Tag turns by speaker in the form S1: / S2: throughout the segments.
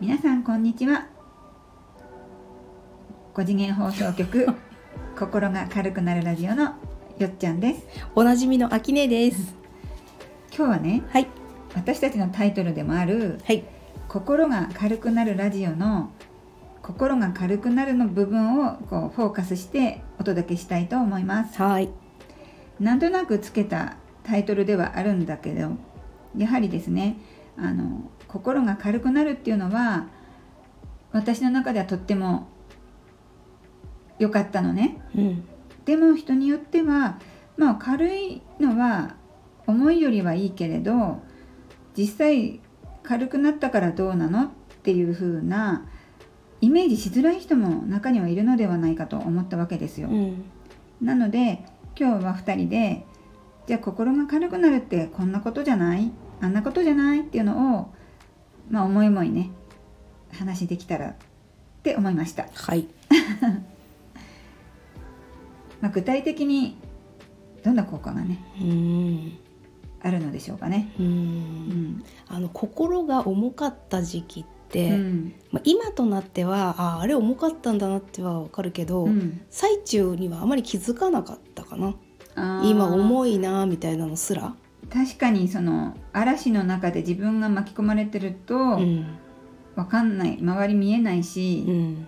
S1: にちは五次元放送局心が軽くなるラジオのよっちゃんです
S2: おなじみのあきねです。
S1: 今日はね
S2: はい。
S1: 私たちのタイトルでもある
S2: はい。
S1: 心が軽くなるラジオの心が軽くなるの部分をこうフォーカスしてお届けしたいと思います
S2: はい。
S1: なんとなくつけたタイトルではあるんだけどやはりですねあの心が軽くなるっていうのは私の中ではとっても良かったのね
S2: うん。
S1: でも人によってはまあ軽いのは思いよりはいいけれど実際軽くなったからどうなのっていう風なイメージしづらい人も中にはいるのではないかと思ったわけですよ。
S2: うん。
S1: なので今日は2人でじゃあ心が軽くなるってこんなことじゃないあんなことじゃないっていうのをまあ思い思いね話できたらって思いました、
S2: はい。
S1: まあ、具体的にどんな効果がね
S2: うん。
S1: あるのでしょうかね
S2: う。
S1: うんん、
S2: あの心が重かった時期って、
S1: うん
S2: まあ今となってはああれ重かったんだなってはわかるけど、
S1: うん
S2: 最中にはあまり気づかなかったかな。
S1: あー
S2: 今重いなみたいなのすら。
S1: 確かにその嵐の中で自分が巻き込まれてると
S2: うん。
S1: わかんない周り見えないうし
S2: ん。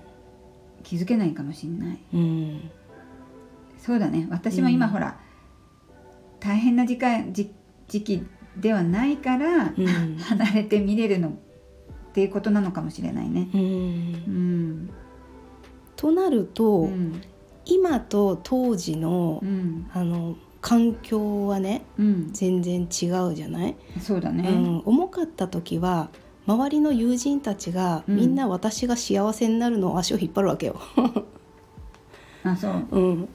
S1: 気づけないかもしんない
S2: うん。
S1: そうだね私も今
S2: うん
S1: ほら、大変な時間時時期ではないから、
S2: うん。
S1: 離れて見れるのっていうことなのかもしれないね
S2: う。
S1: うんん
S2: となると、
S1: うん
S2: 今と当時の、
S1: うん
S2: あの環境はね
S1: うん
S2: 全然違うじゃない、
S1: そうだ
S2: う
S1: ね
S2: ん、重かった時は周りの友人たちが、
S1: うん
S2: みんな私が幸せになるのを足を引っ張るわけよ、
S1: あそう
S2: うん、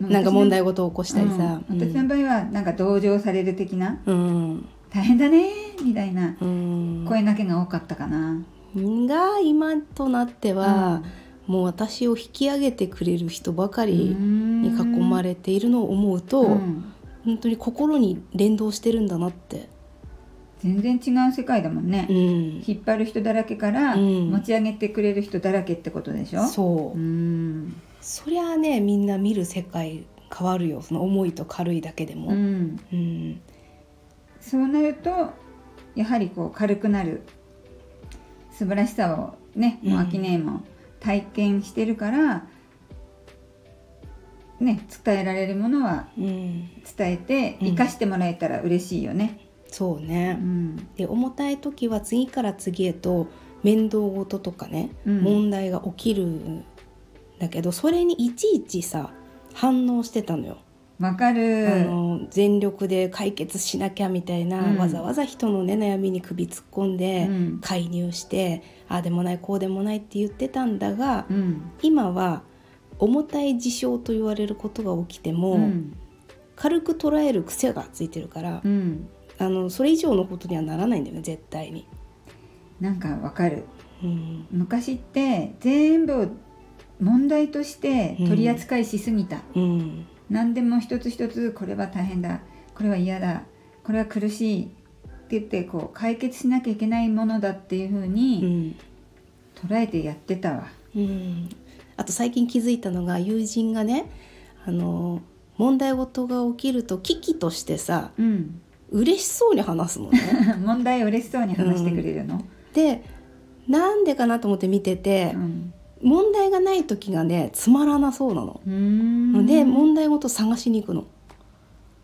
S2: なんか問題
S1: を
S2: 事を起こしたりさ、うん
S1: 私の場合はなんか同情される的な
S2: うん
S1: 大変だねみたいな
S2: うん
S1: 声がけが多かったかな
S2: が今となっては、もう私を引き上げてくれる人ばかり
S1: に
S2: に囲まれているのを思うと、
S1: うん
S2: 本当に心に連動してるんだなって、
S1: 全然違う世界だもんね
S2: うん、
S1: 引っ張る人だらけから
S2: うん
S1: 持ち上げてくれる人だらけってことでしょ
S2: そ
S1: うー
S2: う
S1: ん
S2: そりゃあねみんな見る世界変わるよその重いと軽いだけでも、
S1: う
S2: うん
S1: ん、そうなるとやはりこう軽くなる素晴らしさをねもう
S2: うん
S1: 秋音も体験してるから、ね伝えられるものは
S2: うん
S1: 伝えて
S2: うん
S1: 生かしてもらえたら嬉しいよね。
S2: そう
S1: う
S2: ね、
S1: ん
S2: で重たい時は次から次へと面倒事とかね、
S1: うん
S2: 問題が起きるんだけどそれにいちいちさ反応してたのよ、
S1: わかる
S2: あの全力で解決しなきゃみたいな、
S1: うん
S2: わざわざ人のね悩みに首突っ込んで、
S1: うん
S2: 介入してああでもないこうでもないって言ってたんだが、
S1: うん
S2: 今は重たい事象と言われることが起きても、
S1: うん
S2: 軽く捉える癖がついてるから、
S1: うん、
S2: あのそれ以上のことにはならないんだよね絶対に。
S1: なんかわかる
S2: うん
S1: 昔って全部を問題として取り扱いしすぎた、
S2: うん
S1: 何でも一つ一つこれは大変だこれは嫌だこれは苦しいって言ってこう解決しなきゃいけないものだっていうふう
S2: う
S1: に
S2: ん
S1: 捉えてやってたわ。
S2: うん、あと最近気づいたのが友人がねあの問題事が起きると危機としてさ
S1: うん、
S2: 嬉しそうに話すのね。
S1: 問題を嬉しそうに話してくれるの。
S2: でなんでかなと思って見てて
S1: うん
S2: 問題がない時がねつまらなそうなの。
S1: うーん
S2: で問題事探しに行くの。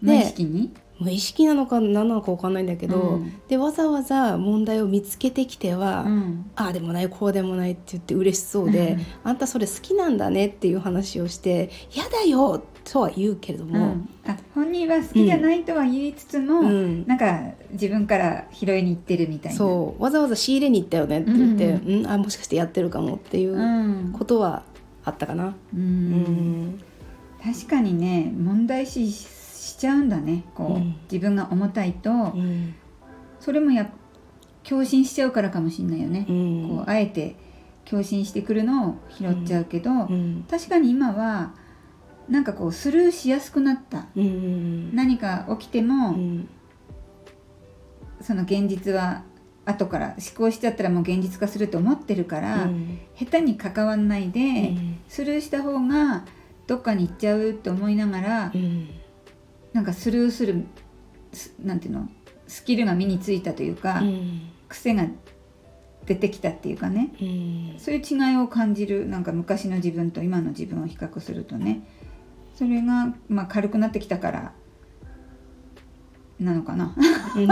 S1: 無意識に
S2: 無意識なのか何なのか分かんないんだけど、
S1: うん
S2: でわざわざ問題を見つけてきては、
S1: うん
S2: ああでもないこうでもないって言って嬉しそうで、
S1: うん
S2: あんたそれ好きなんだねっていう話をして「やだよ!」とは言うけれど
S1: う
S2: も、
S1: ん、あ本人は好きじゃないとは言いつつも、
S2: うん
S1: なんか自分から拾いに行ってるみたいな。
S2: そうわざわざ仕入れに行ったよねって言って「
S1: う
S2: うん、あもしかしてやってるかも」っていううんことはあったかな。
S1: う
S2: うんん
S1: 確かにね問題視ししちゃうんだねこう、
S2: うん
S1: 自分が重たいと、
S2: うん
S1: それもや共振しちゃうからかもしんないよね
S2: う、ん
S1: こうあえて共振してくるのを拾っちゃうけど、
S2: うん
S1: 確かに今はなんかこうスルーしやすくなった
S2: うん
S1: 何か起きて
S2: う
S1: も、
S2: ん
S1: その現実は後から思考しちゃったらもう現実化すると思ってるから、
S2: うん
S1: 下手に関わんないで、
S2: うん
S1: スルーした方がどっかに行っちゃうと思いながら、
S2: うん
S1: なんかスルーするすなんていうのスキルが身についたというか、
S2: うん
S1: 癖が出てきたっていうかね
S2: うん
S1: そういう違いを感じるなんか昔の自分と今の自分を比較するとねそれが、まあ、軽くなってきたからなのかな。
S2: で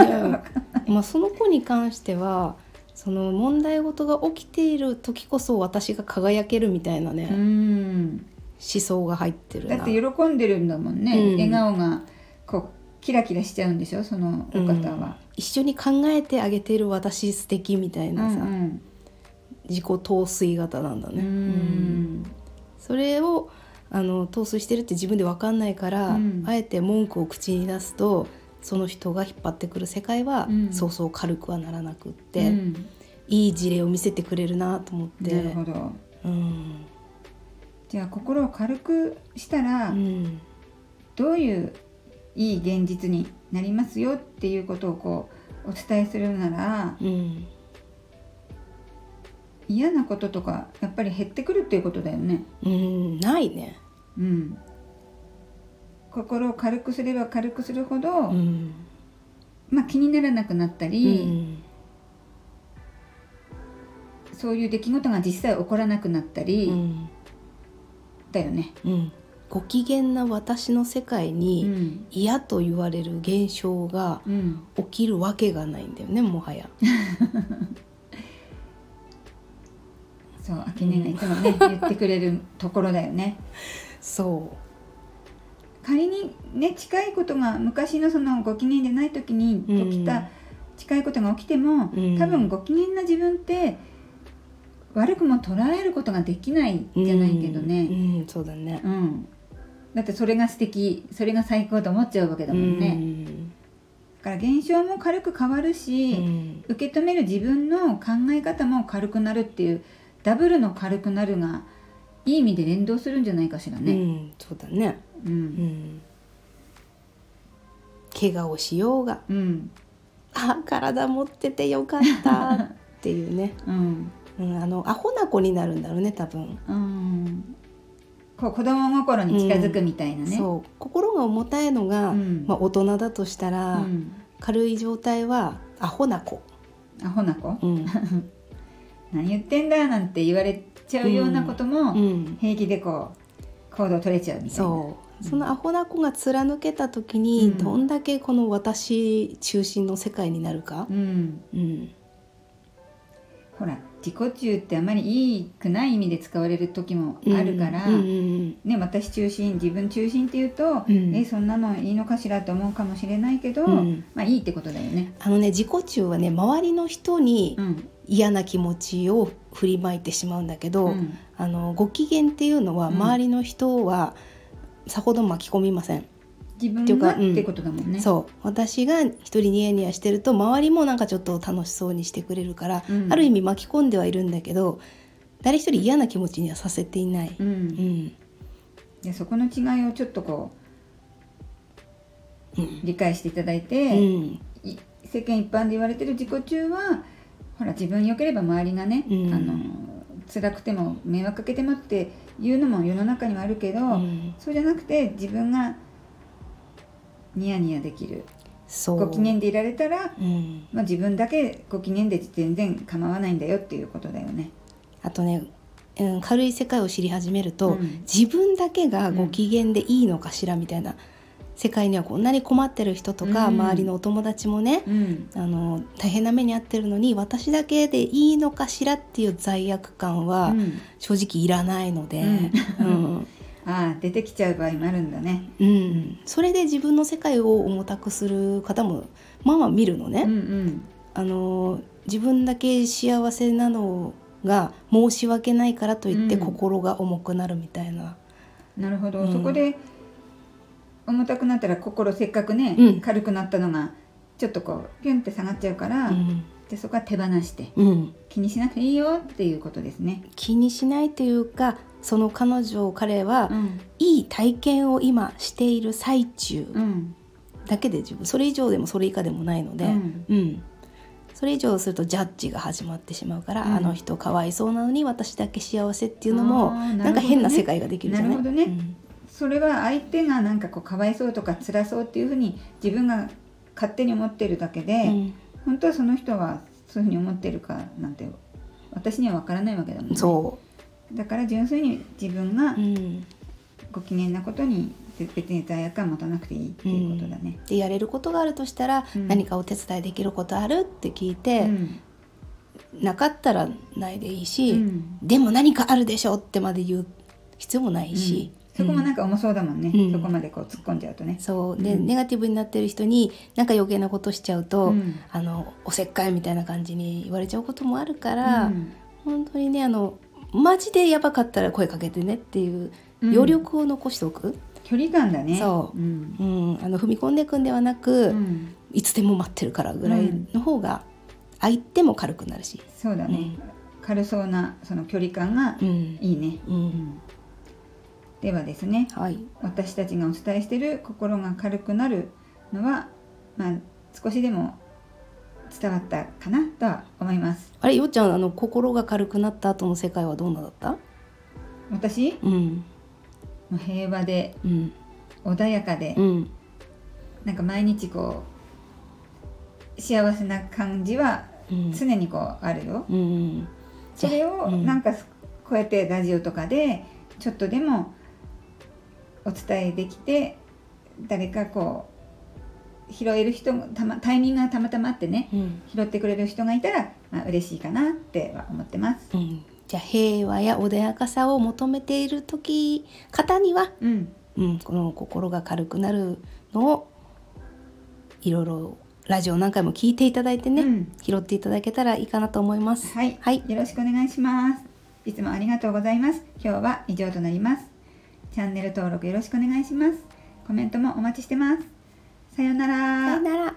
S2: まあ、その子に関してはその問題事が起きている時こそ私が輝けるみたいなね、
S1: う
S2: 思
S1: ん
S2: 想が入ってる
S1: だ
S2: な
S1: って喜んでるんだもんね、
S2: うん
S1: 笑顔がこうキラキラしちゃうんでしょそのお方は。
S2: 一緒に考えてあげてる私素敵みたいうなさ、
S1: ん
S2: 自己陶酔型なんだ
S1: うんう
S2: ね、うん
S1: ん
S2: それをあの陶酔してるって自分で分かんないから、
S1: うん
S2: あえて文句を口に出すとその人が引っ張ってくる世界は、
S1: うん
S2: そうそう軽くはならなくっ
S1: う
S2: て、
S1: ん
S2: いい事例を見せてくれるなと思って。
S1: なるほど
S2: うん
S1: じゃあ心を軽くしたら、
S2: うん
S1: どういういい現実になりますよっていうことをこうお伝えするなら
S2: うん
S1: 嫌なこととかやっぱり減ってくるっていうことだよね。
S2: うん、ないね。
S1: うん心を軽くすれば軽くするほど、
S2: うん、
S1: まあ、気にならなくなった
S2: う
S1: り、
S2: ん、
S1: そういう出来事が実際起こらなくなったり、
S2: うん、
S1: だよね。
S2: うん、ご機嫌な私の世
S1: う
S2: 界に
S1: ん、
S2: 嫌と言われる現象が
S1: うん、
S2: 起きるわけがないんだよね、もはや。
S1: そう、あきねがいつもね、言ってくれるところだよね。
S2: そ
S1: 仮にね、近いことが昔のそのご機嫌じゃない時に起きた、
S2: うん
S1: 近いことが起きても、
S2: うん
S1: 多分ご機嫌な自分って悪くも捉えることができないん
S2: う。
S1: じゃないけど
S2: う
S1: ね。
S2: ん、うんそうだね。
S1: うん、だってそれが素敵、それが最高と思っちゃうわけだもんね。だから現象も軽く変わる
S2: う
S1: し。
S2: ん、
S1: 受け止める自分の考え方も軽くなるっていうダブルの軽くなるがいい意味で連動するんじゃないかしら
S2: う
S1: ね。
S2: ん、そうだね。
S1: う、
S2: うんん。怪我をしようが、
S1: うん、
S2: あ、体持っててよかったっていうね。
S1: うん、
S2: うん、あのアホな子になるんだろうね、多分。
S1: うん、こう子供心に近づくみたいなね。
S2: そう心が重たいのが、
S1: うん
S2: まあ、大人だとした
S1: う
S2: ら、
S1: ん、
S2: 軽い状態はアホな子、
S1: アホな子、
S2: うん
S1: 何言ってんだなんて言われちゃうようなこと
S2: う
S1: も
S2: ん、
S1: 平気でこう行動取れちゃうみたいな。
S2: そう
S1: うん
S2: そのアホな子が貫けた時に、
S1: うん
S2: どんだけこの私中心の世界になるか、
S1: うん、
S2: うん
S1: ほら自己中ってあまりいいくない意味で使われる時もあるから。
S2: うんうん
S1: ね、私中心自分中心っていうと、
S2: うん
S1: えそんなのいいのかしらと思うかもしれないけど、
S2: うん
S1: まあいいってことだよね。
S2: あのね自己中はね周りの人に
S1: うん
S2: 嫌な気持ちを振りまいてしまうんだけど、
S1: うん
S2: あのご機嫌っていうのは
S1: うん
S2: 周りの人はさほど巻き込みません。
S1: 自分
S2: っていう
S1: が
S2: か
S1: っ
S2: うん
S1: てことだもんね。
S2: そう私が一人ニヤニヤしてると周りもなんかちょっと楽しそうにしてくれるから、
S1: うん
S2: ある意味巻き込んではいるんだけど誰一人嫌な気持ちにはさせていない、
S1: うん
S2: うん
S1: でそこの違いをちょっとこう、
S2: うん
S1: 理解していただいうて、
S2: ん
S1: い世間一般で言われてる自己中はほら自分よければ周りがね、
S2: うん
S1: あの辛くても迷惑かけてもっていうのも世の中にはあるけど、
S2: うん
S1: そうじゃなくて自分がニヤニヤできる
S2: そう
S1: ご機嫌でいられたら
S2: うん、
S1: まあ、自分だけご機嫌で全然構わないんだよっていうことだよね。
S2: あとね、うん、軽い世界を知り始める
S1: う
S2: と、
S1: ん
S2: 自分だけがご機嫌でいいのかしらみたいな、世界にはこんなに困ってる人とか、
S1: うん
S2: 周りのお友達もね、
S1: うん、
S2: あの大変な目に遭ってるのに私だけでいいのかしらっていう罪悪感は、
S1: うん
S2: 正直いらないので、
S1: う
S2: うんん
S1: ああ出てきちゃう場合もあるんだね。
S2: うんそれで自分の世界を重たくする方もまあまあ見るのね。
S1: うんうん
S2: あの自分だけ幸せなのが申し訳ないからといって
S1: うん
S2: 心が重くなるみたいな、
S1: なるほど、
S2: うん
S1: そこで重たくなったら心せっかくね、
S2: うん
S1: 軽くなったのがちょっとこうピュンって下がっちゃうから、
S2: うん
S1: でそこは手放して
S2: うん
S1: 気にしなくていいよっていうことですね。
S2: 気にしないというかその彼女彼は、
S1: うん
S2: いい体験を今している最中
S1: うん
S2: だけで自分それ以上でもそれ以下でもないので、
S1: うん
S2: うんそれ以上するとジャッジが始まってしまうから、
S1: うん
S2: あの人かわいそうなのに私だけ幸せっていうのも
S1: あーな
S2: な,、
S1: るほどね
S2: んか変な世界ができるじゃない
S1: なるほどね
S2: うん
S1: それは相手がなんかこうかわいそうとか辛そうっていうふうに自分が勝手に思ってるだけで、本当はその人はそういうふうに思ってるかなんて私には分からないわけだもん
S2: うん
S1: ね
S2: そ
S1: だから純粋に自分が
S2: う、うん、
S1: ご機嫌なことに別に罪悪感持たなくていいっていうことだね。
S2: でやれることがあるとしたら、
S1: うん
S2: 何かお手伝いできることあるって聞いうて、
S1: ん
S2: なかったらないでいいし、
S1: うん
S2: でも何かあるでしょってまで言う必要もないし、
S1: そこも
S2: うん
S1: なんか重そうだもんね、
S2: うん
S1: そこまでこう突っ込んじゃうとね。
S2: そうで、
S1: うん
S2: ネガティブになってる人になんか余計なことしちゃうと、
S1: うん
S2: あのおせっかいみたいな感じに言われちゃうこともあるから、
S1: うん
S2: 本当にねあのマジでやばかったら声かけてねっていう
S1: うん
S2: 余力を残しておく、
S1: 距離感だね
S2: そう
S1: うん
S2: うんあの踏み込んでいくんではなく、
S1: うん
S2: いつでも待ってるからぐらいの方が相手も軽くなるし、
S1: そうだね、
S2: うん
S1: 軽そうなその距離感が
S2: うん
S1: いいね、
S2: うん
S1: うんではですね
S2: はい
S1: 私たちがお伝えしている心が軽くなるのは、まあ、少しでも伝わったかなとは思います
S2: あれよっちゃんあの心が軽くなった後の世界はどんなだった
S1: 私
S2: うん
S1: もう平和で
S2: うん
S1: 穏やかで、
S2: うん
S1: なんか毎日こう幸せな感じは
S2: うん
S1: 常にこうあるよ、
S2: うん
S1: それを
S2: うん
S1: なんかすこうやってラジオとかでちょっとでもお伝えできて誰かこう拾える人もた、ま、タイミングがたまたまあってね
S2: うん
S1: 拾ってくれる人がいたら、まあ、嬉しいかなっては思ってます。
S2: うんじゃあ平和や穏やかさを求めている時方には、
S1: うん、
S2: うん、この心が軽くなるのをいろいろラジオ何回も聞いていただいてね、
S1: うん
S2: 拾っていただけたらいいかなと思います。
S1: はい、
S2: はい
S1: よろしくお願いします。いつもありがとうございます。今日は以上となります。チャンネル登録よろしくお願いします。コメントもお待ちしてます。さようなら
S2: さよなら